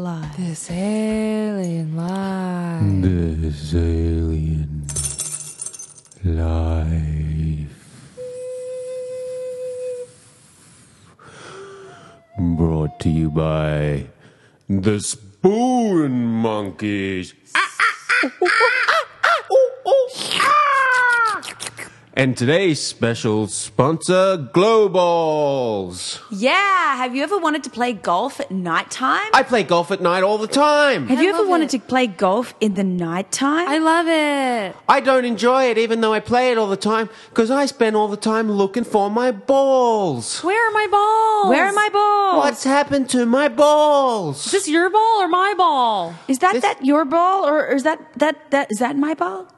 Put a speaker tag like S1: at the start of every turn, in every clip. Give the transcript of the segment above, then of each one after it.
S1: This alien life.
S2: This alien life brought to you by the Spoon Monkeys and today's special sponsor, Globals.
S3: Yeah. Have you ever wanted to play golf at nighttime?
S2: I play golf at night all the time.
S3: Have you ever
S1: love
S3: wanted
S1: it.
S3: to play golf in the nighttime?
S1: I love it.
S2: I don't enjoy it, even though I play it all the time, because I spend all the time looking for my balls.
S1: Where are my balls?
S3: Where are my balls?
S2: What's happened to my balls?
S1: Is this your ball or my ball?
S3: Is that that your ball or is that that that is that my ball?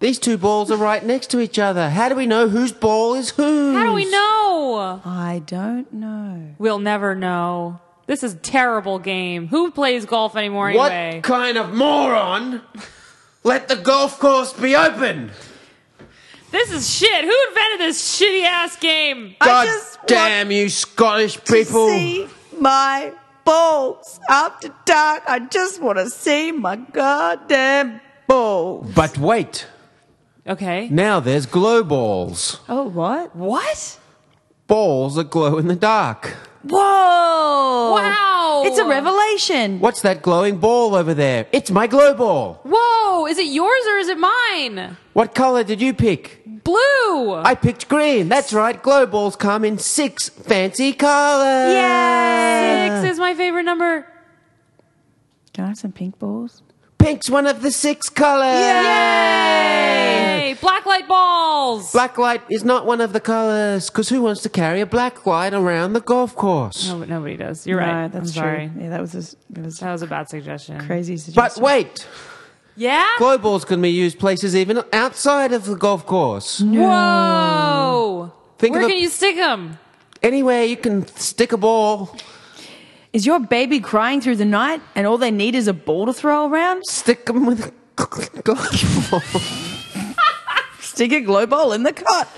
S2: These two balls are right next to each other. How do we know whose ball is whose?
S1: How do we know?
S3: I don't know.
S1: We'll never know. This is a terrible game. Who plays golf anymore
S2: What
S1: anyway?
S2: kind of moron? Let the golf course be open.
S1: This is shit. Who invented this shitty ass game?
S2: God
S3: just
S2: damn you Scottish people.
S3: See my balls after dark. I just want to see my goddamn balls.
S2: But wait,
S1: Okay.
S2: now there's glow balls.
S3: Oh what? What?
S2: Balls that glow in the dark.
S3: Whoa!
S1: Wow.
S3: It's a revelation.
S2: What's that glowing ball over there? It's my glow ball.
S1: Whoa, is it yours or is it mine?
S2: What color did you pick?
S1: Blue.
S2: I picked green. That's right, glow balls come in six fancy colors.
S1: Six is my favorite number.
S3: Can I have some pink balls?
S2: Pink's one of the six colors.
S1: Yay! Black light balls.
S2: Black light is not one of the colors, because who wants to carry a black light around the golf course?
S1: No, nobody does. You're right.
S3: No, that's
S1: I'm sorry.
S3: true. Yeah, that was a, s- it was
S1: That was a bad suggestion.
S3: crazy
S2: But
S3: suggestion.
S2: wait,
S1: Yeah.
S2: glow balls can be used places even outside of the golf course.
S1: Whoa.
S2: Think
S1: Where
S2: of a-
S1: can you stick them?
S2: Anywhere you can stick a ball,
S3: Is your baby crying through the night and all they need is a ball to throw around?
S2: stick them with a golf ball.
S3: Stick a glow ball in the cot.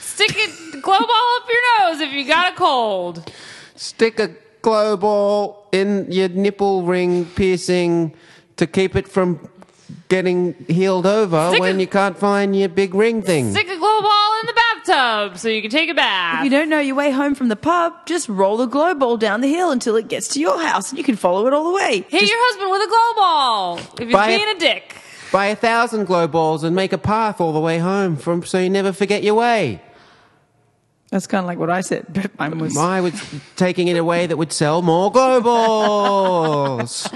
S1: Stick it glow ball up your nose if you got a cold.
S2: Stick a glow ball in your nipple ring piercing to keep it from getting healed over
S1: Stick
S2: when
S1: a-
S2: you can't find your big ring thing.
S1: Stick a glow ball in the bathtub so you can take a bath.
S3: If you don't know your way home from the pub, just roll the glow ball down the hill until it gets to your house and you can follow it all the way.
S1: Hit your husband with a glow ball if he's
S2: Buy a-
S1: being a dick.
S2: Buy a thousand glow balls and make a path all the way home from so you never forget your way.
S3: That's kind of like what I said, but mine was.
S2: I was taking it away that would sell more glow balls.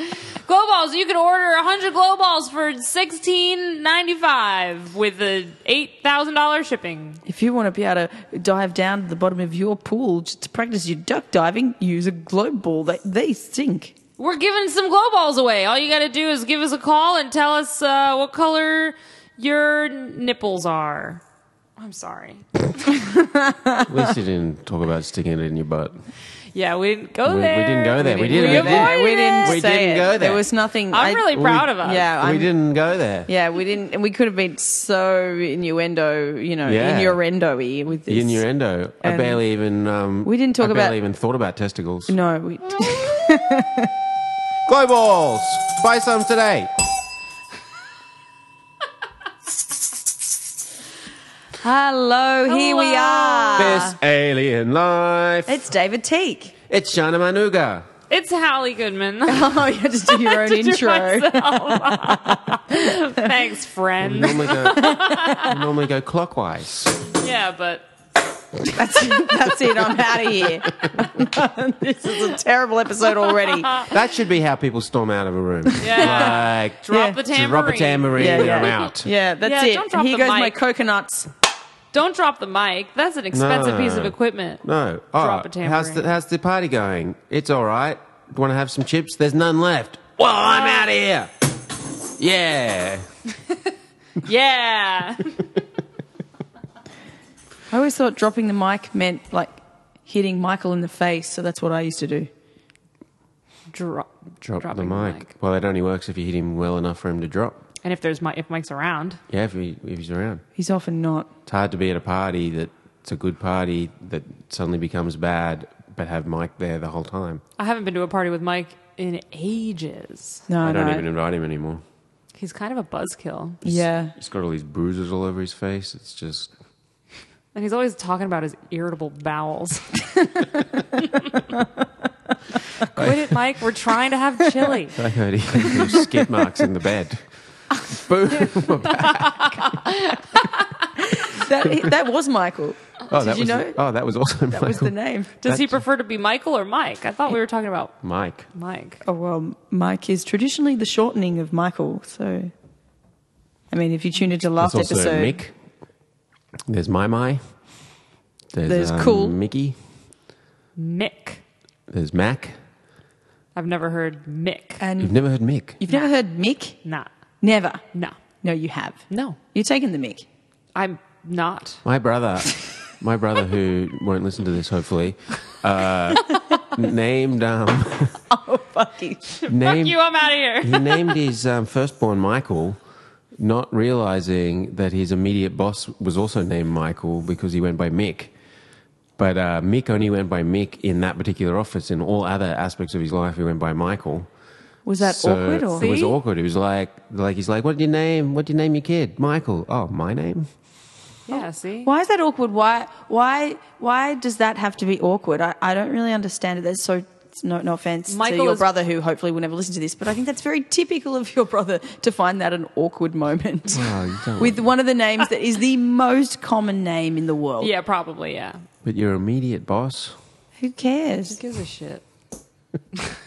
S1: Glow balls, you can order 100 glow balls for $16.95 with the $8,000 shipping.
S3: If you want to be able to dive down to the bottom of your pool just to practice your duck diving, use a glow ball. They, they sink.
S1: We're giving some glow balls away. All you got to do is give us a call and tell us uh, what color your nipples are. I'm sorry.
S2: At least you didn't talk about sticking it in your butt.
S1: Yeah, we didn't go
S2: We- we
S1: there.
S2: didn't go there. We didn't
S1: We
S2: go there.
S1: avoided
S3: we didn't.
S1: it.
S2: We
S3: say
S2: didn't
S3: it.
S2: go there.
S3: There was nothing.
S1: I'm really proud of us.
S3: Yeah,
S2: we
S3: I'm-
S2: didn't go there.
S3: Yeah, we didn't, and we could have been so innuendo, you know,
S2: Yeah.
S3: innuendo-y with this.
S2: Innuendo. I
S3: And-
S2: barely even. Um,
S3: We didn't talk
S2: I
S3: about-
S2: barely even thought about testicles.
S3: No, we.
S2: Glow balls. Buy some today.
S3: Hello, here we
S1: Hello.
S3: are.
S2: This alien life.
S3: It's David Teak.
S2: It's Shana Manuga.
S1: It's Hallie Goodman.
S3: Oh, you had to do your own
S1: To
S3: intro.
S1: myself. Thanks,
S2: We
S1: friend.
S2: normally go, we normally go clockwise.
S1: Yeah, but
S3: That's, that's it. I'm out of here. this is a terrible episode already.
S2: That should be how people storm out of a room.
S1: Yeah.
S2: Like
S1: drop
S3: Yeah.
S1: the tambourine.
S2: drop a tambourine
S3: Yeah,
S2: and
S3: yeah.
S2: I'm out.
S3: Yeah, that's
S1: Yeah,
S3: it.
S1: don't drop
S3: here
S1: the
S3: goes my
S1: mic.
S3: coconuts.
S1: Don't drop the mic. That's an expensive
S2: No.
S1: piece of equipment.
S2: No.
S1: Drop
S2: Oh,
S1: a tambourine.
S2: How's the, how's the party going? It's all right. Want to have some chips? There's none left. Well, I'm out of here. Yeah.
S1: yeah.
S3: I always thought dropping the mic meant like hitting Michael in the face, so that's what I used to do.
S1: Drop.
S2: Drop
S1: Dropping
S2: the
S1: the
S2: mic.
S1: mic.
S2: Well, it only works if you hit him well enough for him to drop.
S1: And if there's mi- if Mike's around,
S2: Yeah, if, he, if he's around.
S3: He's often not.
S2: It's hard to be at a party that it's a good party that suddenly becomes bad, but have Mike there the whole time.
S1: I haven't been to a party with Mike in ages.
S3: No,
S2: I don't
S3: no.
S2: even invite him anymore.
S1: He's kind of a buzzkill.
S3: yeah.
S2: He's got all these bruises all over his face. It's just
S1: And he's always talking about his irritable bowels. Quit it, Mike. We're trying to have chili.
S2: I heard he had some skid marks in the bed. Boom.
S3: That, that was Michael.
S2: Oh,
S3: Did
S2: that
S3: you
S2: was
S3: know?
S2: The, oh, that was also
S3: That
S2: Michael.
S3: was the name.
S1: Does he prefer to be Michael or Mike? I thought we were talking about
S2: Mike.
S1: Mike.
S3: Oh, well, Mike is traditionally the shortening of Michael. So, I mean, if you tuned into last
S2: There's also
S3: episode,
S2: Mick. There's My My. There's,
S3: There's
S2: um,
S3: Cool.
S2: Mickey.
S1: Mick.
S2: There's Mac.
S1: I've never heard Mick.
S3: and
S2: You've never heard Mick.
S3: you've never heard Mick?
S1: Nah.
S3: Never.
S1: No.
S3: No, you have.
S1: No.
S3: You're taking the Mick.
S1: I'm not.
S2: My brother, my brother who won't listen to this, hopefully, uh, named um,
S3: Oh, fuck you.
S2: named
S1: Fuck you, I'm out of here.
S2: he named his um, firstborn Michael, not realizing that his immediate boss was also named Michael because he went by Mick. But uh, Mick only went by Mick in that particular office. In all other aspects of his life, he went by Michael.
S3: Was that
S2: So
S3: awkward? Or?
S2: it was
S1: See?
S2: awkward. It was like, like he's like, "What'd you name? What'd you name your kid? Michael? Oh, my name."
S1: Yeah, see?
S3: Why is that awkward? Why why why does that have to be awkward? I, I don't really understand it. That's so it's no no offense to
S1: Michael
S3: your
S1: is-
S3: brother who hopefully will never listen to this, but I think that's very typical of your brother to find that an awkward moment.
S2: Oh, you don't
S3: With one of the names that is the most common name in the world.
S1: Yeah, probably, yeah.
S2: But your immediate boss.
S3: Who
S1: Who
S3: cares?
S1: gives a shit?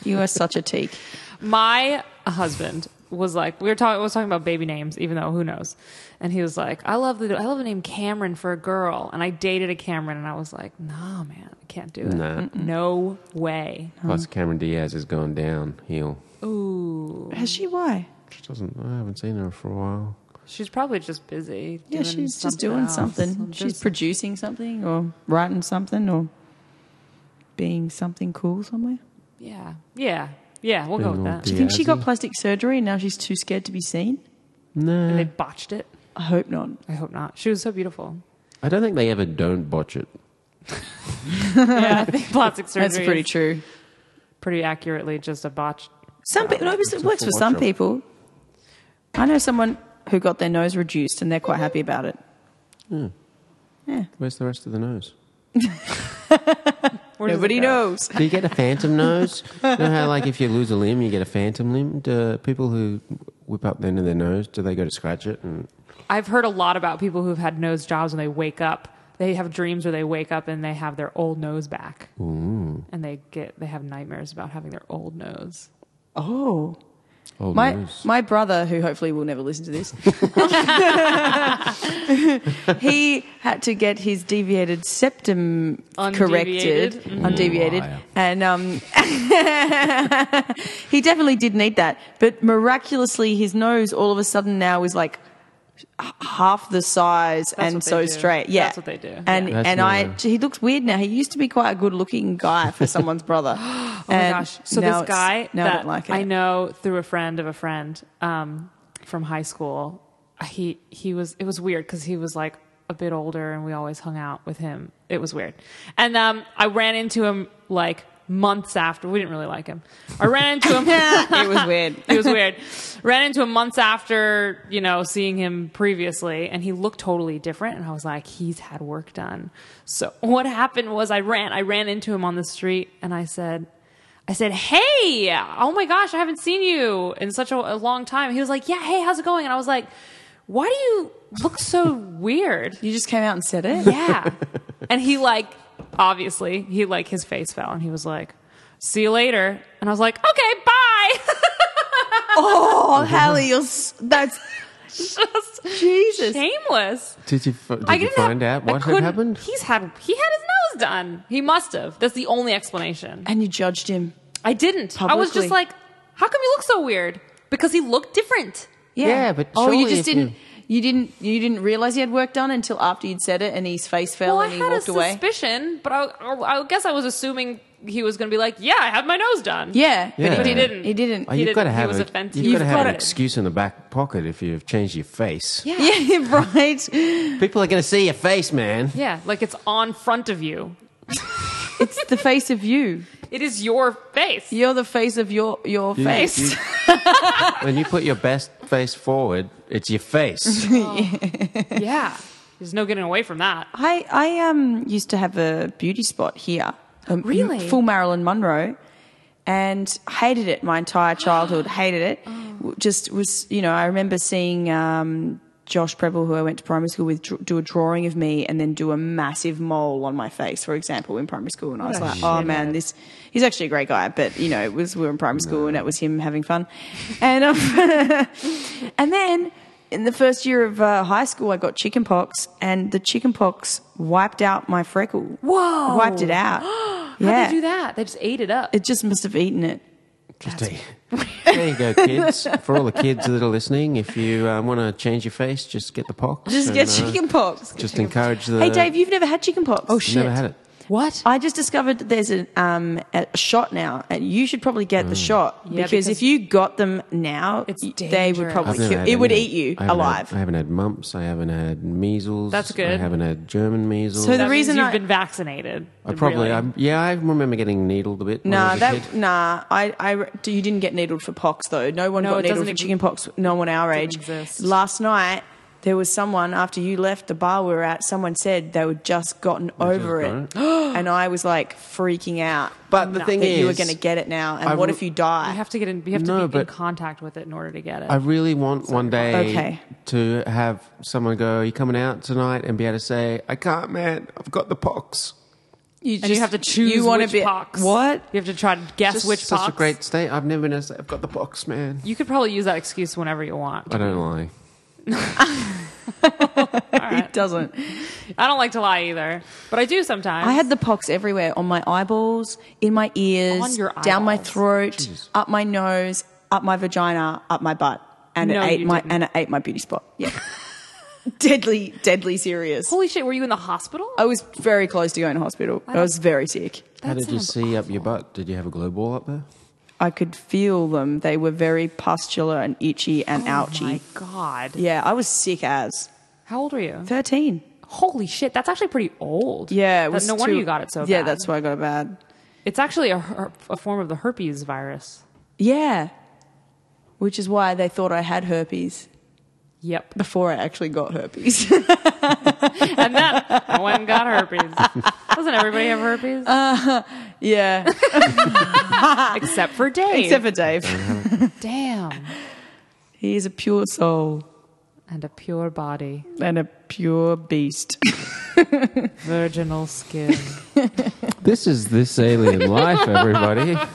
S3: You are such a teak.
S1: my husband was like we were talking was talking about baby names even though who knows and he was like i love the i love the name cameron for a girl and i dated a cameron and i was like nah man i can't do it
S2: Nah.
S1: no way
S2: Plus, Cameron Diaz has gone downhill.
S1: ooh
S3: Has she why?
S2: She doesn't. I haven't seen her for a while.
S1: she's probably just busy
S3: Yeah,
S1: doing
S3: she's just
S1: something
S3: doing
S1: else.
S3: something.
S1: I'm
S3: She's
S1: just-
S3: producing something or writing something or being something cool somewhere.
S1: yeah yeah yeah we'll go with
S2: Little
S1: that
S2: Do
S3: Do
S2: you
S3: you think she got
S2: Azzy?
S3: plastic surgery and now she's too scared to be seen?
S1: and
S2: No,
S1: they botched it
S3: I hope not.
S1: i hope not she was so beautiful
S2: I don't think they ever don't botch it.
S1: yeah i think plastic surgery
S3: That's pretty
S1: is
S3: true.
S1: pretty accurately just a botched
S3: Some people, no, but it works for
S2: full
S3: some
S2: watch-up.
S3: people. I know someone who got their nose reduced and they're quite happy about it.
S2: Where's the rest of the nose?
S1: Where does it
S3: Nobody
S1: go?
S3: knows.
S2: Do you get a phantom nose? You know how, like, if you lose a limb, you get a phantom limb. Do people who whip up the end of their nose, do they go to scratch it? And
S1: I've heard a lot about people who've had nose jobs when they wake up. They have dreams where they wake up and they have their old nose back, and they get they have nightmares about having their old nose.
S3: Oh.
S2: old
S3: My,
S2: nose.
S3: my brother, who hopefully will never listen to this, he had to get his deviated septum corrected,
S1: Undeviated. Mm-hmm.
S3: undeviated,
S2: Liar.
S3: and um, he definitely did need that. But miraculously, his nose all of a sudden now is like h- half the size and
S1: what they
S3: so
S1: do.
S3: straight. Yeah,
S1: That's what they do.
S3: And
S1: Yeah.
S2: That's
S3: and I,
S2: not
S3: he looks weird now. He used to be quite a good looking guy for someone's brother. oh
S1: Oh my gosh! So this guy
S3: now
S1: that
S3: I don't like it.
S1: know through a friend of a friend um, from high school, he he was it was weird because he was like a bit older, and we always hung out with him. It was weird, and um, I ran into him like months after. We didn't really like him. I ran into him.
S3: it was weird.
S1: it was weird. Ran into him months after, you know, seeing him previously, and he looked totally different. And I was like, he's had work done. So what happened was I ran, I ran into him on the street, and I said, I said, hey, oh my gosh, I haven't seen you in such a, a long time. He was like, yeah, hey, how's it going? And I was like, why do you look so weird?
S3: You just came out and said it.
S1: Yeah. and he like obviously he like his face fell and he was like, "See you later." And I was like, "Okay, bye."
S3: Oh, Hallie, you're s- that's
S1: Just
S3: Jesus.
S1: shameless.
S2: Did you, f- did
S1: I
S2: you
S1: didn't
S2: find
S1: have-
S2: out
S1: I
S2: what had
S1: couldn't-
S2: happened?
S1: He's had he had his nose done. He must have. That's the only explanation.
S3: And you judged him.
S1: I didn't. I was
S3: Publicly.
S1: just like, "How come you look so weird?" Because he looked different.
S3: Yeah,
S2: Yeah, but
S3: oh, you
S2: surely
S3: just
S2: if
S3: didn't.
S2: you-
S3: You didn't. You didn't realize he had work done until after you'd said it, and his face fell,
S1: Well, I
S3: and he
S1: had a
S3: walked away.
S1: suspicion, but I, I, I guess I was assuming he was going to be like, "Yeah, I had my nose done."
S3: Yeah,
S2: Yeah.
S3: but he
S2: He
S3: didn't.
S1: didn't.
S3: He didn't.
S2: Oh,
S1: he
S2: you've got to
S1: didn't- he
S2: have,
S1: was
S2: a,
S1: offended.
S2: you've
S1: You've
S2: got to have
S1: got
S2: an
S1: it.
S2: excuse in the back pocket if you've changed your face.
S1: Yeah.
S3: yeah, right.
S2: People are going to see your face, man.
S1: Yeah, like it's on front of you.
S3: It's the face of you.
S1: It is your face.
S3: You're the face of your your
S2: You-
S3: face.
S2: you- when you put your best face forward, it's your face.
S1: Yeah. There's no getting away from that.
S3: I I um used to have a beauty spot here. Um,
S1: Really?
S3: Full Marilyn Monroe, and hated it my entire childhood. hated it.
S1: Oh.
S3: W- Just was you know I remember seeing. Um, Josh Preble, who I went to primary school with, dr- do a drawing of me and then do a massive mole on my face, for example, in primary school. And I was like, oh man, this, he's actually a great guy, but you know, it was, we were in primary school and it was him having fun. And, um, And then in the first year of uh, high school, I got chickenpox, and the chickenpox wiped out my freckle.
S1: Whoa.
S3: Wiped it out.
S1: How
S3: yeah.
S1: they do that? They just ate it up.
S3: It just must have eaten it.
S2: Just take- there you go, kids. For all the kids that are listening, if you uh, want to change your face, just get the pox.
S3: Just
S2: and,
S3: get
S2: uh,
S3: chickenpox.
S2: Just encourage the.
S3: Hey, Dave, you've never had chickenpox. Oh
S2: I've Never had it.
S1: what?
S3: I just discovered that there's an, um, a shot now, and you should probably get the
S2: Mm.
S3: shot
S1: Yeah,
S3: because,
S1: because-
S3: if you got them now,
S1: It's
S3: y- they would
S1: dangerous.
S2: I've
S3: probably
S2: never
S3: kill.
S2: had
S3: It would
S2: any-
S3: eat you
S2: I haven't
S3: alive.
S2: had- I haven't had mumps. I haven't had measles.
S1: That's
S2: I
S1: good.
S2: haven't had German measles.
S3: So the
S1: That
S3: re-
S1: means
S3: reason
S1: you've
S3: I-
S1: been vaccinated.
S2: I probably,
S1: really.
S2: I, yeah, I remember getting needled a bit. when I
S3: Nah,
S2: was a
S3: that
S2: kid.
S3: nah. I, I re- do- you didn't get needled for pox though. No one
S1: No, it
S3: got needled
S1: doesn't
S3: for
S1: ex-
S3: chicken pox. No one our
S1: Doesn't
S3: age.
S1: exist.
S3: Last night there was someone after you left the bar we were at. Someone said they would just gotten over
S2: just
S3: it, and I was like freaking out.
S2: But the
S3: that
S2: thing
S3: you were
S2: is,
S3: going to get it now, and
S2: I
S3: what
S2: re-
S3: if you
S1: you
S3: die?
S1: have to get in. You have to
S2: No,
S1: be in
S2: but-
S1: contact with it in order to get it.
S2: I really want one day
S3: Okay.
S2: to have someone go, Are you coming out tonight? and be able to say, I can't, man. I've got the pox.
S1: and you have to choose
S3: wanna
S1: which
S3: be-
S1: pox.
S3: What?
S1: You have to try to guess
S2: Just
S1: which
S2: such
S1: pox.
S2: a great state. I've never been able to say, I've got the pox, man.
S1: you could probably use that excuse whenever you want.
S2: I don't lie.
S3: It doesn't.
S1: I don't like to lie either, but I do sometimes.
S3: I had the pox everywhere on my eyeballs, in my ears,
S1: On your
S3: down my
S1: eyeballs?
S3: throat, up my nose, up my vagina, up my butt, and
S1: No,
S3: it ate
S1: you
S3: my
S1: didn't.
S3: and it ate my beauty spot. Yeah, deadly, deadly serious.
S1: Holy shit! Were you in the hospital?
S3: I was very close to going to hospital. I was very sick.
S2: How
S1: That
S2: did you
S1: sounds
S2: see up your butt? Did you have a glow ball up there?
S3: I could feel them. They were very pustular and itchy and ouchy.
S1: Oh my god!
S3: Yeah, I was sick as
S1: How old are you?
S3: thirteen.
S1: Holy shit! That's actually pretty old.
S3: Yeah, it
S1: That-
S3: was
S1: no wonder
S3: too-
S1: you got it so bad.
S3: Yeah, that's why I got it bad.
S1: It's actually a, her- a form of the herpes virus.
S3: Yeah, which is why they thought I had herpes
S1: Yep.
S3: before I actually got herpes.
S1: and then I went and got herpes. Doesn't everybody have herpes?
S3: Uh, Yeah,
S1: Except for Dave.
S3: except for Dave.
S1: Damn.
S3: He is a pure soul
S1: And a pure body,
S3: and a pure beast.
S1: virginal skin.
S2: This is this alien life, everybody.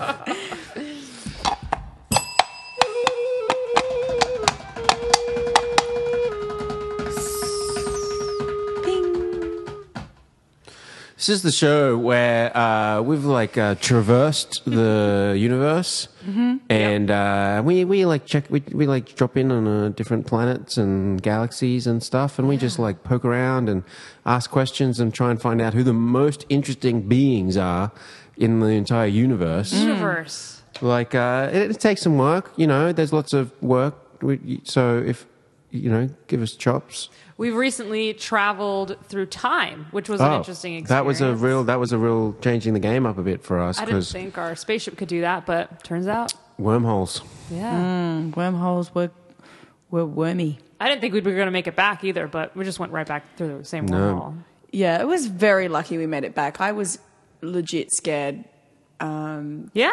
S2: This is the show where uh, we've like uh, traversed the universe,
S1: Mm-hmm.
S2: and uh, we we like check we we like drop in on uh, different planets and galaxies and stuff, and we just like poke around and ask questions and try and find out who the most interesting beings are in the entire universe.
S1: Universe.
S2: Like uh, it, it takes some work, you know. There's lots of work, we, so if you know, give us chops.
S1: We've recently traveled through time, which was an
S2: Oh,
S1: interesting experience.
S2: That was a real. That was a real changing the game up a bit for us
S1: I didn't
S2: because
S1: think our spaceship could do that, but turns out,
S2: wormholes.
S1: yeah.
S3: Wormholes were were wormy.
S1: I didn't think we were going to make it back either, but we just went right back through the same wormhole.
S3: Yeah, it was very lucky we made it back. I was legit scared.
S1: Yeah.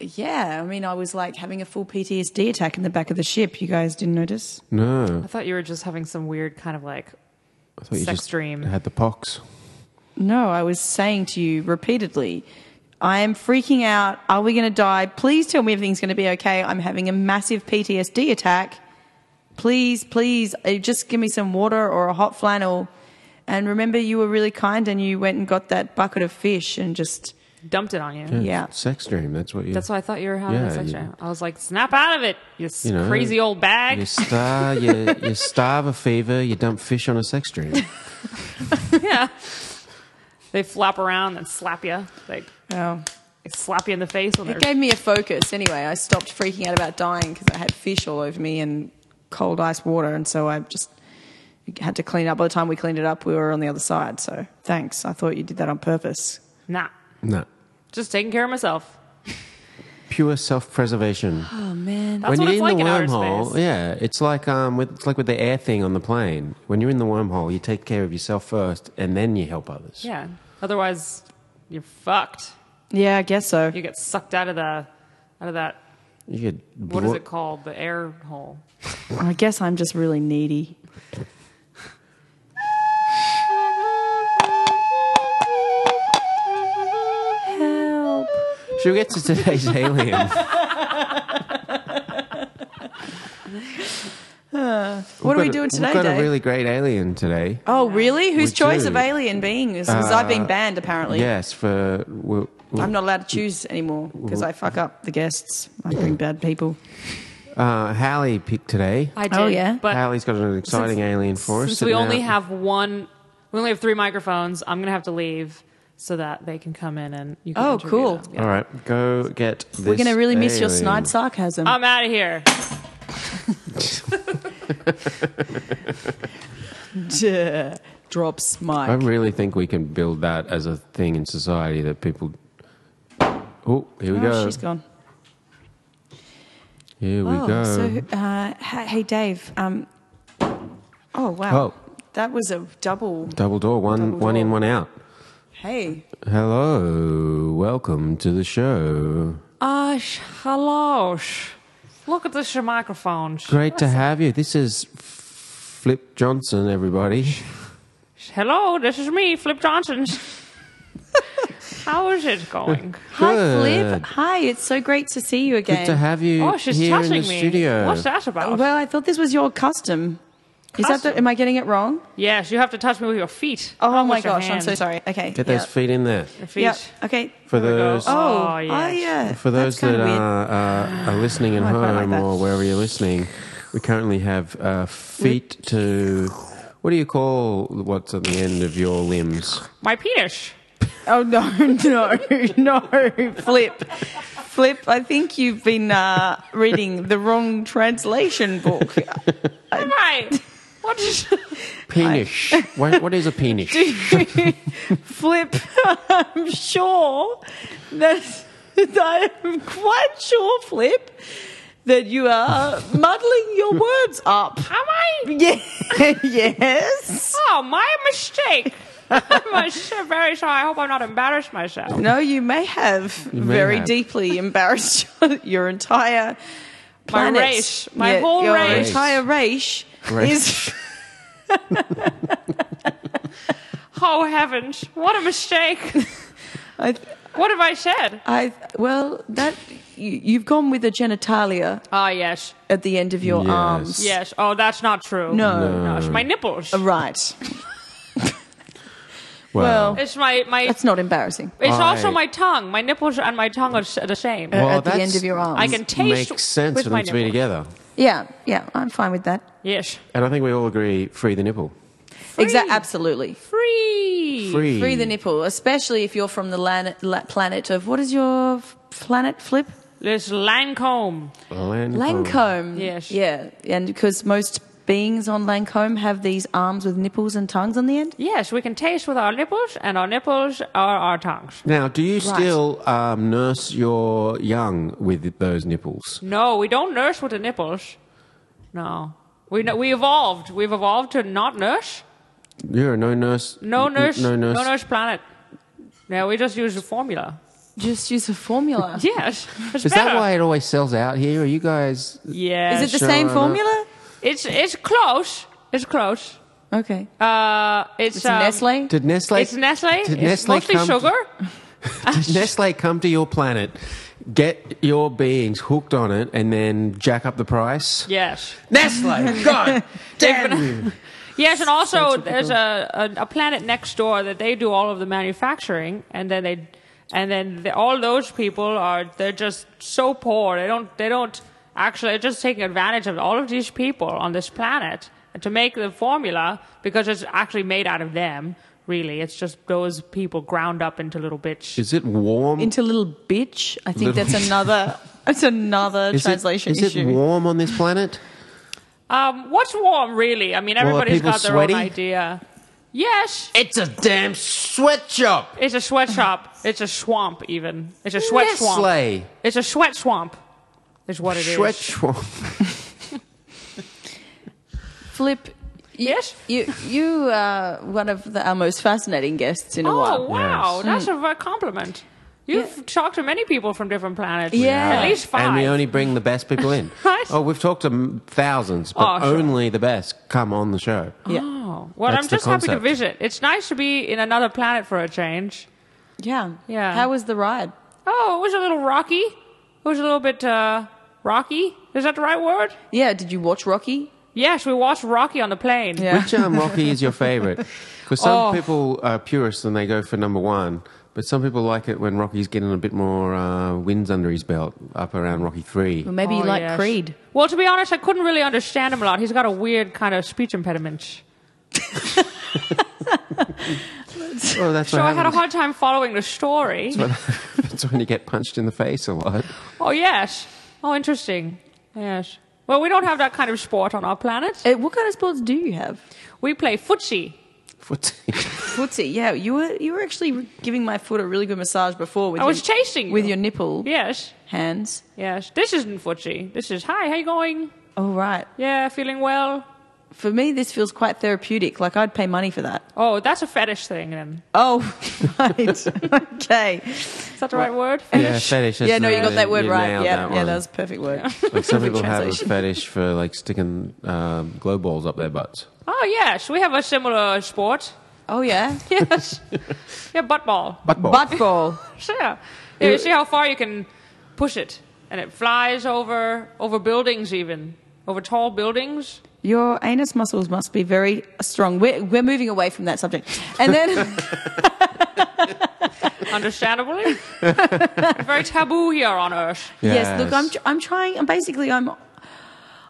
S3: Yeah, I mean, I was like having a full PTSD attack in the back of the ship. You guys didn't notice?
S2: No,
S1: I thought you were just having some weird kind of like,
S2: I thought you
S1: Sex
S2: just
S1: dream.
S2: had the pox.
S3: No, I was saying to you repeatedly, I am freaking out. Are we going to die? Please tell me everything's going to be okay. I'm having a massive PTSD attack. Please, please, uh, just give me some water or a hot flannel. And remember, you were really kind and you went and got that bucket of fish and just,
S1: dumped it on you.
S3: Yeah.
S2: sex dream. That's what you.
S1: That's why I thought you were having
S2: Yeah,
S1: a sex
S2: you-
S1: dream. I was like, snap out of it, you, s
S2: You know,
S1: crazy old bag.
S2: you star. you, you starve a fever. You dump fish on a sex dream.
S1: yeah. They flap around and slap you. Like,
S3: oh.
S1: they slap you in the face when
S3: It
S1: they're.
S3: gave me a focus anyway. I stopped freaking out about dying because I had fish all over me and cold ice water. And so I just had to clean up. By the time we cleaned it up, we were on the other side. So thanks. I thought you did that on purpose.
S1: Nah.
S2: No.
S1: Just taking care of myself.
S2: Pure self-preservation.
S1: That's what it's like in outer space.
S2: yeah, it's like um, with, it's like with the air thing on the plane. When you're in the wormhole, you take care of yourself first, and then you help others.
S1: Yeah. Otherwise, you're fucked.
S3: Yeah, I guess so.
S1: You get sucked out of the out of that.
S2: You get
S1: What is
S2: blo-
S1: it called? The air hole.
S3: I guess I'm just really needy. Help.
S2: Should we get to today's alien?
S3: What are we
S2: We've got a-
S3: doing today,
S2: We've got
S3: Dave?
S2: a really great alien today.
S3: oh, really? Whose
S2: We
S3: choice
S2: do. Uh,
S3: of alien being is? Because I've been banned
S1: Oh,
S3: apparently.
S2: Yes, for we
S3: I'm not allowed to choose anymore because I fuck up the guests. I bring bad people.
S2: uh, Hallie picked today.
S1: I did.
S3: Oh, yeah?
S1: But
S2: Hallie's got an exciting alien for us.
S1: since
S2: and
S1: we
S2: now-
S1: only have one, we only have three microphones. I'm gonna have to leave so that they can come in and you. Can
S3: Oh,
S1: interview
S3: cool.
S1: them.
S2: All right, go get. This
S3: We're gonna really miss your
S2: alien.
S3: snide sarcasm.
S1: I'm out of here.
S3: Duh. Drops mic.
S2: I really think we can build that as a thing in society that people. Oh, here we
S3: oh,
S2: go.
S3: she's gone.
S2: Here we
S3: oh,
S2: go.
S3: so uh, h- hey, Dave. Um, oh wow,
S2: Oh.
S3: that was a double.
S2: Double door, one
S3: Double
S2: one in,
S3: door.
S2: one out.
S3: Hey,
S2: Hello, welcome to the show.
S1: Ah, hello. Look at this microphone.
S2: Great to have you. This is Flip Johnson, everybody.
S1: Hello, this is me, Flip Johnson. How is it going?
S3: hi, Flip.
S2: Good.
S3: Hi, it's so great to see you again.
S2: Good to have you
S1: Oh, she's
S2: here in
S1: touching
S2: the
S1: me.
S2: studio.
S1: What's that about?
S3: well, I thought this was your custom. Is that the, am I getting it wrong?
S1: yes, you have to touch me with your feet.
S3: Oh,
S1: Not
S3: my
S1: with your
S3: gosh, I'm so
S1: hands.
S3: sorry. Okay,
S2: Get
S3: yeah.
S2: those feet in there.
S1: Your feet.
S3: Yeah. Okay.
S2: For
S1: There we go.
S2: those,
S1: Oh,
S3: Oh, oh
S1: yes.
S3: yeah.
S2: for those
S3: That's
S2: that
S3: kinda weird.
S2: are, uh, are listening at
S3: I quite like
S2: home
S3: that.
S2: or wherever you're listening, we currently have uh, feet to. What do you call what's at the end of your limbs?
S1: My penis.
S3: Oh no, no, no, Flip, Flip. I think you've been uh, reading the wrong translation book.
S1: Right. What is
S2: Penis. Wha- what is a penis?
S3: Flip, I'm sure that I am quite sure, Flip, that you are muddling your words up.
S1: Am I?
S3: Yeah, yes.
S1: Oh, my mistake. I'm so very sorry. I hope I'm not embarrassed myself.
S3: No, you may have
S2: may
S3: very
S2: have.
S3: deeply embarrassed your, your entire
S1: My
S3: planet.
S1: race. My whole
S3: your
S1: race.
S3: entire race,
S2: Race.
S3: is.
S1: Oh, heavens. What a mistake.
S3: I,
S1: What have I said?
S3: I well that you, you've gone with the genitalia
S1: Ah, yes.
S3: at the end of your
S2: Yes.
S3: arms.
S1: Yes. Oh, that's not true.
S3: No.
S1: No, it's my nipples.
S3: Right.
S2: Well,
S3: Well,
S1: It's my, my
S3: that's not embarrassing.
S1: It's also
S2: I-
S1: my tongue. My nipples and my tongue are s- the same.
S2: Well,
S3: at the
S2: that's-
S3: end of your arms.
S1: I can taste
S2: makes sense
S1: with
S2: for
S1: my
S2: them to be
S1: nipples.
S2: together.
S3: Yeah, yeah, I'm fine with that.
S1: Yes,
S2: And I think we all agree free the nipple.
S3: Exactly. Absolutely.
S1: free.
S2: Free.
S3: Free the nipple, especially if you're from the lan- la- planet of what is your f- planet flip?
S1: This Lancome.
S2: Lancome.
S3: Lancome.
S1: Yes.
S3: Yeah, and because most beings on Lancome have these arms with nipples and tongues on the end.
S1: Yes, we can taste with our nipples, and our nipples are our tongues.
S2: Now, do you
S3: Right.
S2: still um, nurse your young with those nipples?
S1: No, we don't nurse with the nipples. No, we no, we evolved. We've evolved to not nurse.
S2: You're a no nurse.
S1: No nurse.
S2: No nurse.
S1: planet. No, we just use the formula.
S3: Just use a formula.
S1: Yes, it's
S2: Is that
S1: better.
S2: why it always sells out here? Are you guys?
S1: Yeah,
S3: Is it the
S2: Sure
S3: same
S2: enough.
S3: formula?
S1: it's it's close. It's close.
S3: Okay.
S1: Uh, it's,
S3: It's
S1: um,
S3: Nestle.
S2: Did Nestle?
S1: It's Nestle.
S2: Did
S1: it's
S2: Nestle
S1: mostly
S2: come to-
S1: sugar.
S2: Did Nestle come to your planet, get your beings hooked on it, and then jack up the price?
S1: Yes.
S2: Nestle, God damn you.
S1: Yes, and also there's a, a a planet next door that they do all of the manufacturing, and then they, and then the, all those people are they're just so poor they don't they don't actually they're just taking advantage of all of these people on this planet to make the formula because it's actually made out of them. Really, it's just those people ground up into little bitch.
S2: Is it warm?
S3: Into little bitch. I think
S2: Little-
S3: that's another. That's another
S2: is
S3: translation
S2: it, is
S3: issue.
S2: it warm on this planet?
S1: Um, what's warm really? I mean,
S2: are
S1: everybody's
S2: people
S1: got their
S2: sweaty?
S1: own idea. Yes.
S2: It's a damn sweatshop.
S1: It's a sweatshop. It's a swamp, even. It's a sweat swamp.
S2: Nestle.
S1: It's a sweat swamp, is what it is.
S2: Sweatshop.
S3: Flip,
S1: Yes.
S3: you you are one of the, our most fascinating guests in a while.
S1: Oh, wow.
S2: Yes.
S1: That's a v- compliment. You've talked to many people from different planets.
S3: Yeah.
S1: At least five.
S2: And we only bring the best people in.
S1: Right.
S2: Oh, we've talked to m- thousands, but
S1: Oh, sure.
S2: only the best come on the show.
S3: Yeah,
S1: Oh, well,
S2: That's
S1: I'm
S2: the
S1: just happy to
S2: concept.
S1: visit. It's nice to be in another planet for a change.
S3: yeah,
S1: Yeah.
S3: How was the ride?
S1: Oh, it was a little rocky. It was a little bit uh, rocky. Is that the right word?
S3: Yeah, did you watch Rocky?
S1: Yes, we watched Rocky on the plane.
S3: Yeah.
S2: Which um, Rocky is your favorite? Because some
S1: Oh.
S2: people are purists and they go for number one, but some people like it when Rocky's getting a bit more uh, wins under his belt, up around Rocky three.
S3: Well, maybe you
S1: Oh,
S3: like
S1: yes.
S3: Creed.
S1: Well, to be honest, I couldn't really understand him a lot. He's got a weird kind of speech impediment.
S2: Oh, that's
S1: So
S2: what
S1: I had a
S2: happens.
S1: hard time following the story.
S2: That's when you get punched in the face a lot.
S1: Oh, yes. Oh, interesting. Yes. Well, we don't have that kind of sport on our planet.
S3: Uh, what kind of sports do you have?
S1: We play footsie.
S2: Footsie.
S3: Footsie. Yeah, you were you were actually giving my foot a really good massage before. With
S1: I was
S3: your,
S1: chasing you.
S3: with your nipple
S1: Yes.
S3: hands.
S1: Yes. This isn't footsie. This is, hi, how you going?
S3: Oh right.
S1: Yeah, feeling well.
S3: For me, this feels quite therapeutic. Like I'd pay money for that.
S1: Oh, that's a fetish thing then.
S3: Oh, right. okay.
S1: Is that the right word?
S3: eh.
S2: yeah, fetish. that's
S3: yeah, no, you
S2: another-
S3: got that word right.
S2: nailed
S3: Yeah,
S2: that
S3: yeah,
S2: one.
S3: that was a perfect word.
S2: Like some
S3: Perfect
S2: people have a
S3: translation.
S2: fetish for like sticking um, glow balls up their butts.
S1: Oh, yes. We have a similar sport.
S3: Oh yeah,
S1: Yes. yeah, butt ball.
S2: Butt ball.
S3: butt ball.
S1: Sure. Yeah, you see how far you can push it, and it flies over over buildings, even over tall buildings.
S3: Your anus muscles must be very strong. We're, we're moving away from that subject. And then,
S1: Understandably, very taboo here on Earth.
S3: yes, look, I'm, tr- I'm trying, I'm basically, I'm,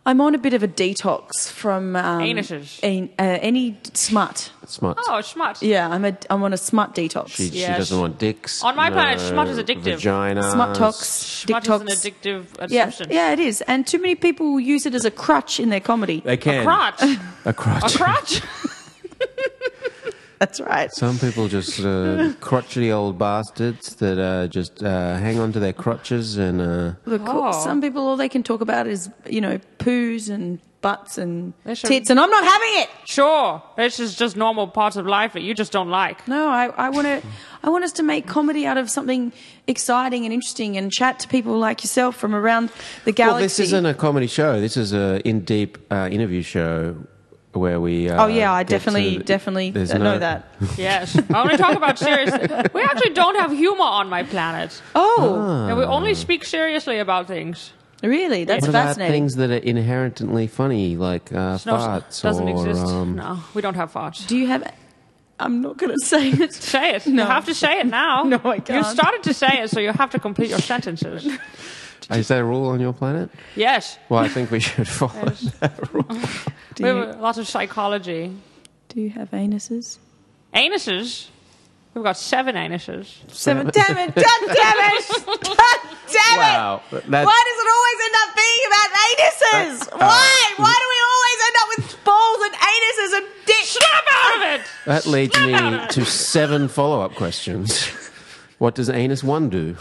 S3: I'm on a bit of a detox from um,
S1: Anuses.
S3: an- uh, any smut.
S2: smut.
S1: Oh, schmutz.
S3: Yeah, I'm, a, I'm on a smut detox.
S2: She, she
S1: Yes.
S2: doesn't want dicks.
S1: On my planet,
S2: no
S1: smut is addictive.
S2: Vagina.
S3: smut tox,
S1: Schmutz
S3: detox.
S1: is an addictive uh,
S3: yeah,
S1: substance.
S3: yeah, it is. And too many people use it as a crutch in their comedy.
S2: They
S1: A
S2: can.
S1: crotch.
S2: A crotch.
S1: A crotch.
S3: That's right.
S2: Some people just uh, crotchety old bastards that uh, just uh, hang on to their crotches and uh,
S3: Look,
S1: Oh.
S3: some people, all they can talk about is, you know, poos and butts and
S1: They should-
S3: tits, and I'm not having it.
S1: sure, this is just normal parts of life that you just don't like.
S3: No, I, I want to. I want us to make comedy out of something exciting and interesting, and chat to people like yourself from around the galaxy.
S2: Well, this isn't a comedy show. This is a in deep uh, interview show where we. Uh,
S3: Oh, yeah, I
S2: get to
S3: definitely-
S2: the-
S3: definitely
S2: there's
S3: know that.
S1: Yes, I only talk about serious. We actually don't have humor on my planet.
S3: oh,
S2: Ah.
S1: And we only speak seriously about things.
S3: really? That's
S2: What about
S3: fascinating.
S2: things that are inherently funny, like uh,
S1: No,
S2: farts
S1: doesn't
S2: or
S1: exist.
S2: um,
S1: no, we don't have farts.
S3: Do you have? I'm not going to say it.
S1: Say it.
S3: No.
S1: You have to say it now.
S3: No, I
S1: You
S3: can't.
S1: started to say it, so you have to complete your sentences.
S2: Is that a rule on your planet?
S1: Yes.
S2: Well, I think we should follow. it.
S3: Do
S1: we
S3: you,
S1: have lots of psychology.
S3: do you have anuses?
S1: Anuses. We've got seven anuses.
S3: Seven. Damn it! God damn it! God damn it!
S2: Wow, that's-
S3: Why does it always end up being about anuses?
S2: Uh, uh,
S3: Why? Why do we always end up with balls and anuses and dicks?
S1: Snap out of it!
S2: That leads me
S1: out of it.
S2: to seven follow-up questions. What does anus one do?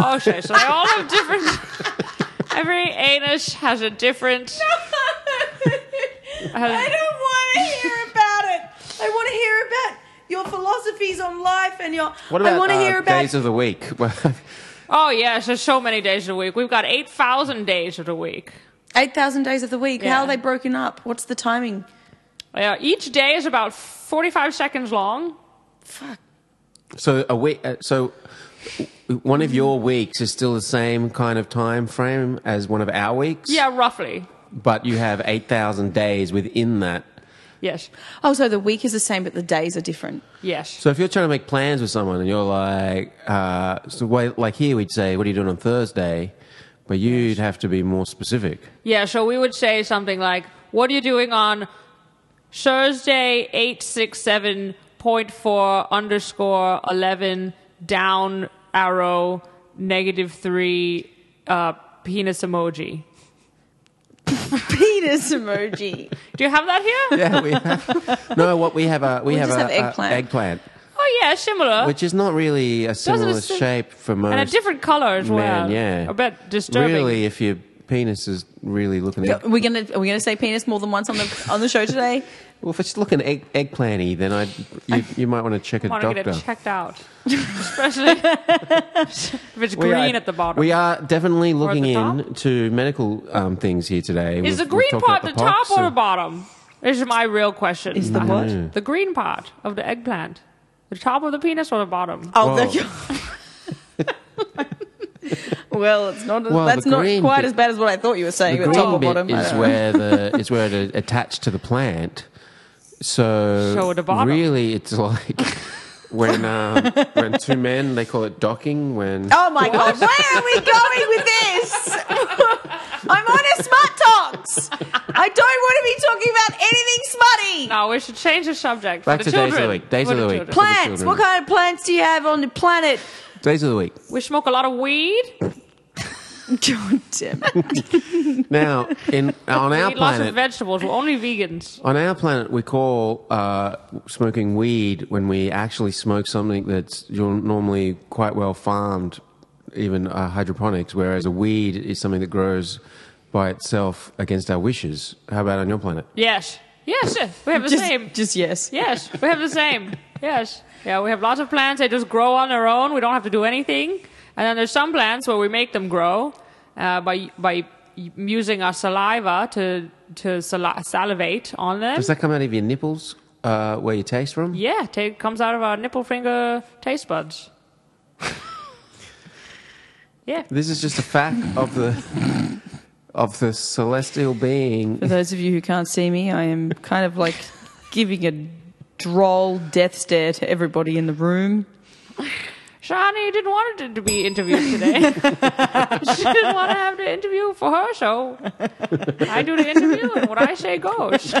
S1: Oh, shit. So they all have different. Every anus has a different.
S3: I don't want to hear about it. I want to hear about your philosophies on life and your.
S2: What about
S3: I want to
S2: uh,
S3: hear about.
S2: days of the week?
S1: Oh, yes. There's so many days of the week. We've got 8,000 days of the week.
S3: 8,000 days of the week. How
S1: Yeah.
S3: are they broken up? What's the timing?
S1: Yeah, each day is about 45 seconds long.
S2: so a week. Uh, so w- one of your weeks is still the same kind of time frame as one of our weeks.
S1: Yeah, roughly.
S2: But you have eight thousand days within that.
S1: Yes.
S3: Oh, so the week is the same, but the days are different.
S1: Yes.
S2: So if you're trying to make plans with someone and you're like, uh, so why, like here we'd say, what are you doing on Thursday? But you'd have to be more specific.
S1: Yeah, so we would say something like, "What are you doing on Thursday eight six seven point four underscore eleven down arrow negative three uh, penis emoji?"
S3: penis emoji.
S1: Do you have that here?
S2: Yeah, we have. No, what we have a we,
S3: We
S2: have,
S3: just
S2: a,
S3: have
S2: a
S3: eggplant.
S2: eggplant,
S1: Oh yeah, similar.
S2: which is not really a similar
S1: a sim-
S2: shape for most.
S1: and a different color as
S2: man,
S1: well.
S2: yeah.
S1: A bit disturbing.
S2: Really, if your penis is really looking, egg-
S3: We're gonna are we gonna say penis more than once on the on the show today?
S2: well, if it's looking egg, eggplanty, then I you, you might want to check a
S1: want to
S2: doctor.
S1: get it checked out, especially if it's
S2: We
S1: green
S2: are-
S1: at the bottom.
S2: We are definitely looking
S1: top?
S2: in to medical um, things here today.
S1: is
S2: We've-
S1: the
S2: we've
S1: green
S2: talked
S1: part the,
S2: about
S1: top
S2: pops
S1: or the
S2: and-
S1: bottom? Is my real question.
S3: Is
S2: Mm.
S3: the what?
S1: The green part of the eggplant, the top of the penis or the bottom?
S3: Oh,
S2: Whoa.
S3: well, it's not.
S2: Well,
S3: that's
S2: the
S3: not
S2: green
S3: quite
S2: bit-
S3: as bad as what I thought you were saying.
S2: The
S3: but
S2: green
S3: top or
S2: bit
S3: bottom Uh, I
S2: is
S3: don't know.
S2: where the is where it attached to the plant. So,
S1: So the bottom.
S2: really, it's like when um, when two men they call it docking. When
S3: Oh my god, where are we going with this? I'm on a smart talks. I don't want to be talking about anything smutty.
S1: No, we should change the subject. For
S2: Back
S1: the
S2: to days of
S1: children.
S2: the week. Days
S1: For
S2: of the week.
S1: children.
S2: Pla-
S3: Plants. What kind of plants do you have on the planet?
S2: days of the week.
S1: We smoke a lot of weed.
S3: God damn it.
S2: Now, in on our
S1: we eat lots of
S2: planet,
S1: vegetables. We're only vegans.
S2: on our planet, we call uh, smoking weed when we actually smoke something that's you're normally quite well farmed, even uh, hydroponics. Whereas a weed is something that grows by itself against our wishes. How about on your planet?
S1: Yes. Yes. yes. We have the same.
S3: Just, just yes.
S1: Yes. We have the same. Yes. Yeah, we have lots of plants. They just grow on their own. We don't have to do anything. And then there's some plants where we make them grow uh, by by using our saliva to to sali- salivate on them.
S2: Does that come out of your nipples uh, where you taste from?
S1: Yeah, ta comes out of our nipple finger taste buds. yeah.
S2: This is just a fact of the of the celestial
S3: For
S2: being.
S3: those of you who can't see me, I am kind of like giving a droll death stare to everybody in the room.
S1: Shani didn't want it to be interviewed today. she didn't want to have the interview for her show. I do the interview, and what I say goes.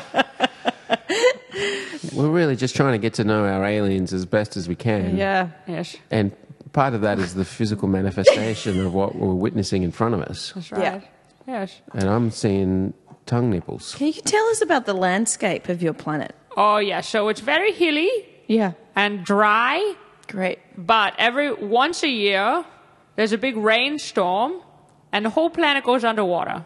S2: We're really just trying to get to know our aliens as best as we can.
S3: Yeah.
S1: Yes,
S2: And part of that is the physical manifestation of what we're witnessing in front of us.
S1: that's right. Yes.
S2: And I'm seeing tongue nipples.
S3: Can you tell us about the landscape of your planet?
S1: Oh, yeah. So it's very hilly
S3: Yeah.
S1: and dry,
S3: Great.
S1: but every once a year, there's a big rainstorm, and the whole planet goes underwater.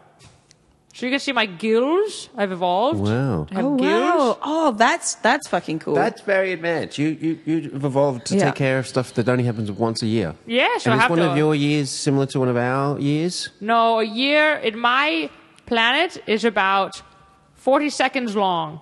S1: So you can see my gills. I've evolved.
S2: Wow.
S1: I have
S3: oh,
S1: gills.
S3: wow. Oh, that's that's fucking cool.
S2: That's very advanced. You, you, you've evolved to
S3: Yeah.
S2: take care of stuff that only happens once a year.
S1: Yeah, so I
S2: and is
S1: have
S2: one
S1: to-
S2: of your years similar to one of our years?
S1: No, a year in my planet is about 40 seconds long.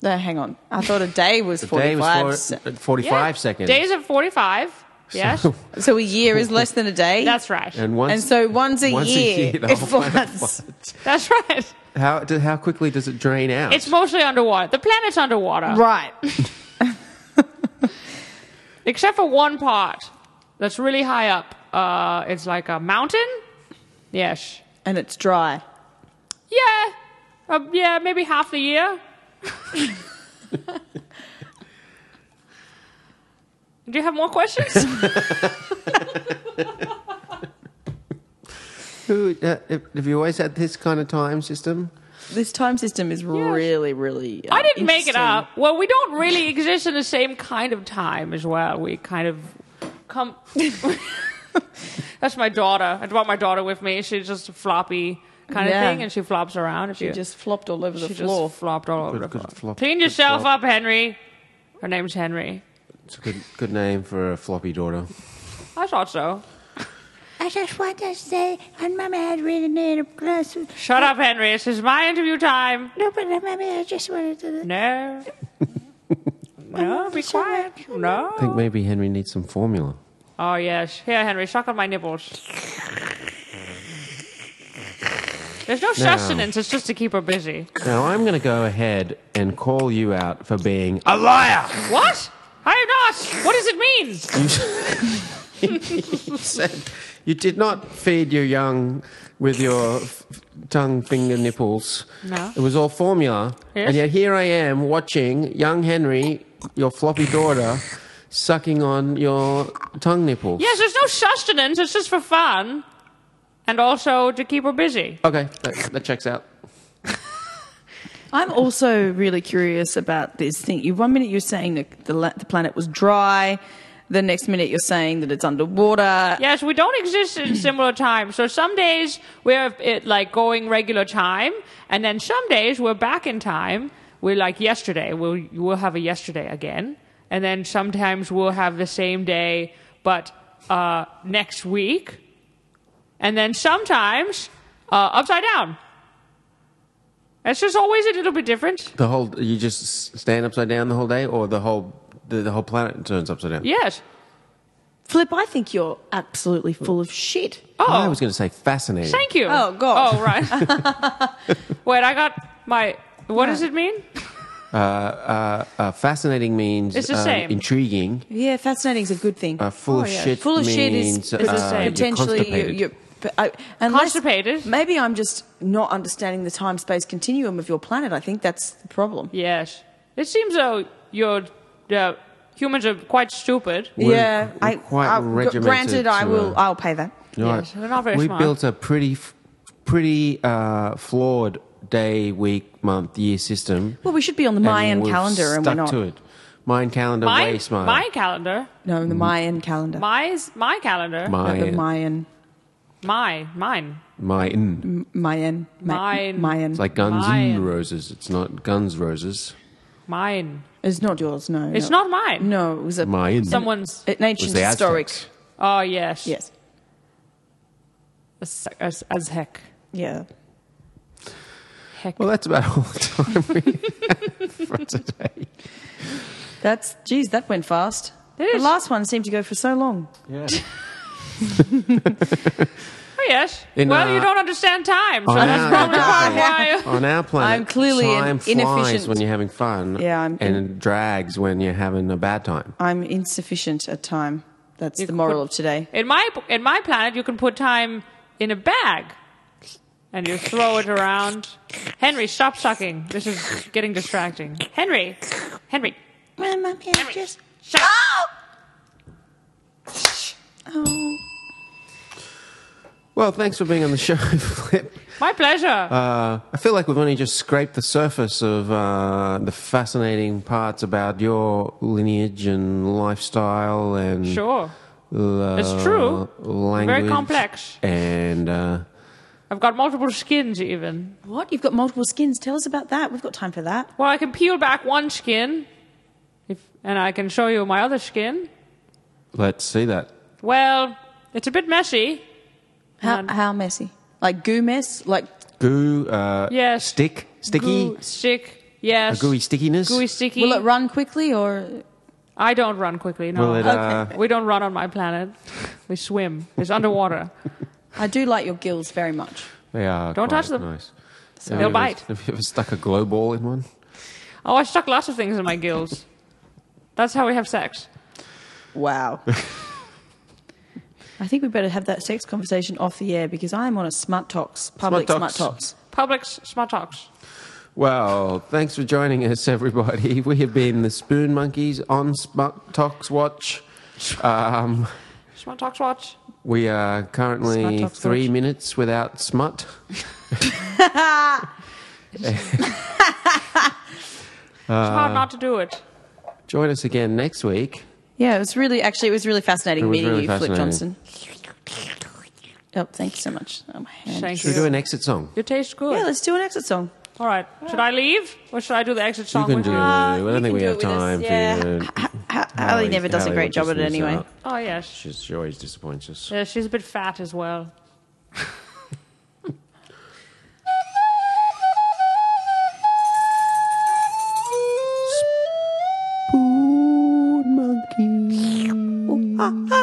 S3: no, hang on. I thought a day was
S2: The day
S3: 45.
S2: was four, 45 seconds.
S1: Days of 45. Yes.
S3: So a year is less than a day.
S1: that's right.
S2: and, once,
S3: and so once a
S2: once
S3: year,
S2: a year the
S3: it
S2: whole planet
S3: floods.
S2: floods.
S1: That's right.
S2: How do, how quickly does it drain out?
S1: It's mostly underwater. The planet's underwater.
S3: Right.
S1: Except for one part that's really high up. Uh, it's like a mountain. Yes.
S3: and it's dry.
S1: Yeah. Uh, yeah, maybe half the year. Do you have more questions?
S2: Who, uh, have have you always had this kind of time system?
S3: This time system is really, really. uh,
S1: I didn't make
S3: interesting.
S1: it up. Well, we don't really exist in the same kind of time as well. We kind of come. That's my daughter. I brought my daughter with me. She's just a floppy kind
S3: Yeah.
S1: of thing, and she flops around. She,
S3: It just flopped all over
S1: she
S3: the
S1: just
S3: floor.
S1: flopped all over
S2: Good-
S1: the
S2: good
S1: floor.
S2: flop,
S1: Clean
S2: good
S1: yourself
S2: flop.
S1: up, Henry. Her name's Henry.
S2: It's a good good name for a floppy daughter.
S1: I thought so.
S4: I just want to say, and Mama had really need a glass of.
S1: Shut up, Henry. This is my interview time.
S4: No, but uh, Mama, I just wanted to.
S1: No. No, be quiet.
S2: I think
S1: No.
S2: maybe Henry needs some formula.
S1: Oh, yes. Here, Henry, suck on my nipples. There's no sustenance. It's just to keep her busy.
S2: Now I'm going to go ahead and call you out for being a liar.
S1: What? I am not. What does it mean?
S2: You said you did not feed your young with your f- tongue finger nipples.
S1: No.
S2: it was all formula.
S1: Yes.
S2: And yet here I am watching young Henry, your floppy daughter, sucking on your tongue nipples.
S1: Yes, there's no sustenance. It's just for fun, and also to keep her busy.
S2: Okay, that, that checks out.
S3: I'm also really curious about this thing. You one minute you're saying that the, la- the planet was dry, the next minute you're saying that it's underwater.
S1: Yes, we don't exist in similar time. So some days we're it like going regular time, and then some days we're back in time. We're like yesterday. We'll we'll have a yesterday again, and then sometimes we'll have the same day, but uh, next week, and then sometimes uh, upside down. It's just always a little bit different.
S2: The whole you just s- stand upside down the whole day, or the whole the, the whole planet turns upside down.
S1: Yes.
S3: Flip, I think you're absolutely full of shit.
S1: Oh,
S2: I was going to say fascinating.
S1: Thank you.
S3: Oh, God.
S1: Oh right. Wait, I got my. What does it mean?
S2: Uh, fascinating means
S1: It's the
S2: um,
S1: same.
S2: intriguing.
S3: Yeah, fascinating's a good thing.
S2: Uh, full of shit
S3: Oh, Full of shit
S2: means,
S3: is,
S2: uh,
S3: is
S1: you're
S3: potentially you-
S2: constipated.
S3: you're. but I- unless-
S1: Constipated?
S3: Maybe I'm just not understanding the time space continuum of your planet. I think that's the problem.
S1: Yes. It seems though your uh, humans are quite stupid.
S2: We're-
S3: yeah,
S2: we're quite
S3: I, uh,
S2: regimented
S3: granted, I
S2: to,
S3: will.
S2: uh,
S3: I'll pay that.
S2: You're
S1: Yes, they're not very
S2: we
S1: smart.
S2: built a pretty, f- pretty uh, flawed day, week, month, year system.
S3: Well, we should be on the
S2: and
S3: Mayan
S2: we've
S3: calendar, and
S2: stuck
S3: we're not.
S2: to it. Mayan calendar,
S1: My,
S2: way smart.
S1: my calendar.
S3: No, the Mayan calendar.
S1: My's my calendar. My
S3: No, the
S2: Mayan,
S3: Mayan.
S1: my mine.
S3: Mm-hmm.
S2: Mayan.
S3: Mayan. Ma-
S1: Mayan.
S2: It's
S3: Mayan.
S2: like Guns
S1: Mayan.
S2: N' Roses. It's not Guns Roses.
S1: Mine.
S3: It's not yours, no.
S1: It's
S3: no.
S1: not mine.
S3: No, it was a,
S2: Mayan.
S1: Someone's
S3: an
S2: It was
S3: ancient
S2: the
S3: historic.
S2: Aztecs.
S1: Oh yes.
S3: Yes.
S1: As, as, as heck.
S3: Yeah.
S1: Heck.
S2: Well, that's about all the time we have for today.
S3: That's, geez, that went fast.
S1: It
S3: The
S1: is.
S3: last one seemed to go for so long.
S2: Yeah.
S1: oh yes.
S2: In,
S1: well,
S2: uh, Oh,
S1: you don't understand time, so
S2: On
S1: that's
S2: our,
S1: probably why.
S2: planet,
S1: why
S2: on our planet,
S3: I'm clearly an
S2: time flies
S3: inefficient-
S2: when you're having fun,
S3: Yeah, I'm-
S2: and it drags when you're having a bad time.
S3: I'm insufficient at time. That's the
S1: could
S3: moral
S1: put-
S3: of today.
S1: in my in my planet, you can put time in a bag, and you throw it around. Henry, stop sucking. This is getting distracting. Henry, Henry,
S4: My mom is just
S1: shut. up.
S2: Well, thanks for being on the show, Flip.
S1: My pleasure.
S2: Uh, I feel like we've only just scraped the surface of uh, the fascinating parts about your lineage and lifestyle and
S1: sure.
S2: uh,
S1: It's true.
S2: language
S1: Very complex.
S2: and uh,
S1: I've got multiple skins even.
S3: What? You've got multiple skins. Tell us about that. We've got time for that.
S1: Well, I can peel back one skin, if, and I can show you my other skin.
S2: let's see that.
S1: Well, it's a bit messy.
S3: How,
S1: Um,
S3: how messy? Like goo mess? Like,
S2: Goo, uh,
S1: Yes.
S2: stick, sticky,
S1: Goo, stick. Yes.
S2: a gooey stickiness.
S1: Gooey sticky.
S3: will it run quickly or?
S1: I don't run quickly. No.
S2: Will it, uh,
S1: We don't run on my planet. We swim. It's underwater.
S3: I do like your gills very much.
S2: They are.
S1: Don't
S2: quite
S1: touch them.
S2: Nice.
S1: They'll
S2: Have you ever-
S1: bite.
S2: Have you ever stuck a glow ball in one?
S1: Oh, I stuck lots of things in my gills. That's how we have sex.
S3: Wow. I think we better have that sex conversation off the air because I'm on a smut talks, public smut
S2: Smut
S3: talks.
S2: talks.
S1: Publix smart talks.
S2: Well, thanks for joining us, everybody. We have been the Spoon Monkeys on Smut Talks Watch. Um,
S1: Smart talks watch.
S2: we are
S3: Smut
S2: currently
S3: Talks
S2: three
S3: Watch.
S2: minutes without smut.
S1: It's
S2: Uh.
S1: hard not to do it.
S2: Join us again next week.
S3: Yeah, it was really actually it was really fascinating
S2: It was
S3: meeting
S2: really
S3: you, Flip Johnson.
S2: fascinating.
S3: Oh, thank you so much. Oh, my hand.
S1: Thank
S2: Should we
S1: you.
S2: do an exit song?
S1: You taste good.
S3: Yeah, let's do an exit song.
S1: All right. Should I leave or should I do the exit
S2: You
S1: song?
S2: can
S1: with
S2: do.
S1: you?
S2: I
S3: Oh you
S2: don't
S3: can
S2: think we
S3: do
S2: have
S3: it with us,
S2: time
S3: yeah.
S2: for. you.
S3: Ha- Hallie
S2: Hallie-
S3: never does a
S2: Hallie
S3: great
S2: will
S3: job
S2: just
S3: at it
S2: lose
S3: anyway.
S2: out.
S1: Oh yes.
S2: She's, she always disappoints us.
S1: Yeah, she's a bit fat as well.
S4: ah,
S2: Spoon Monkeys.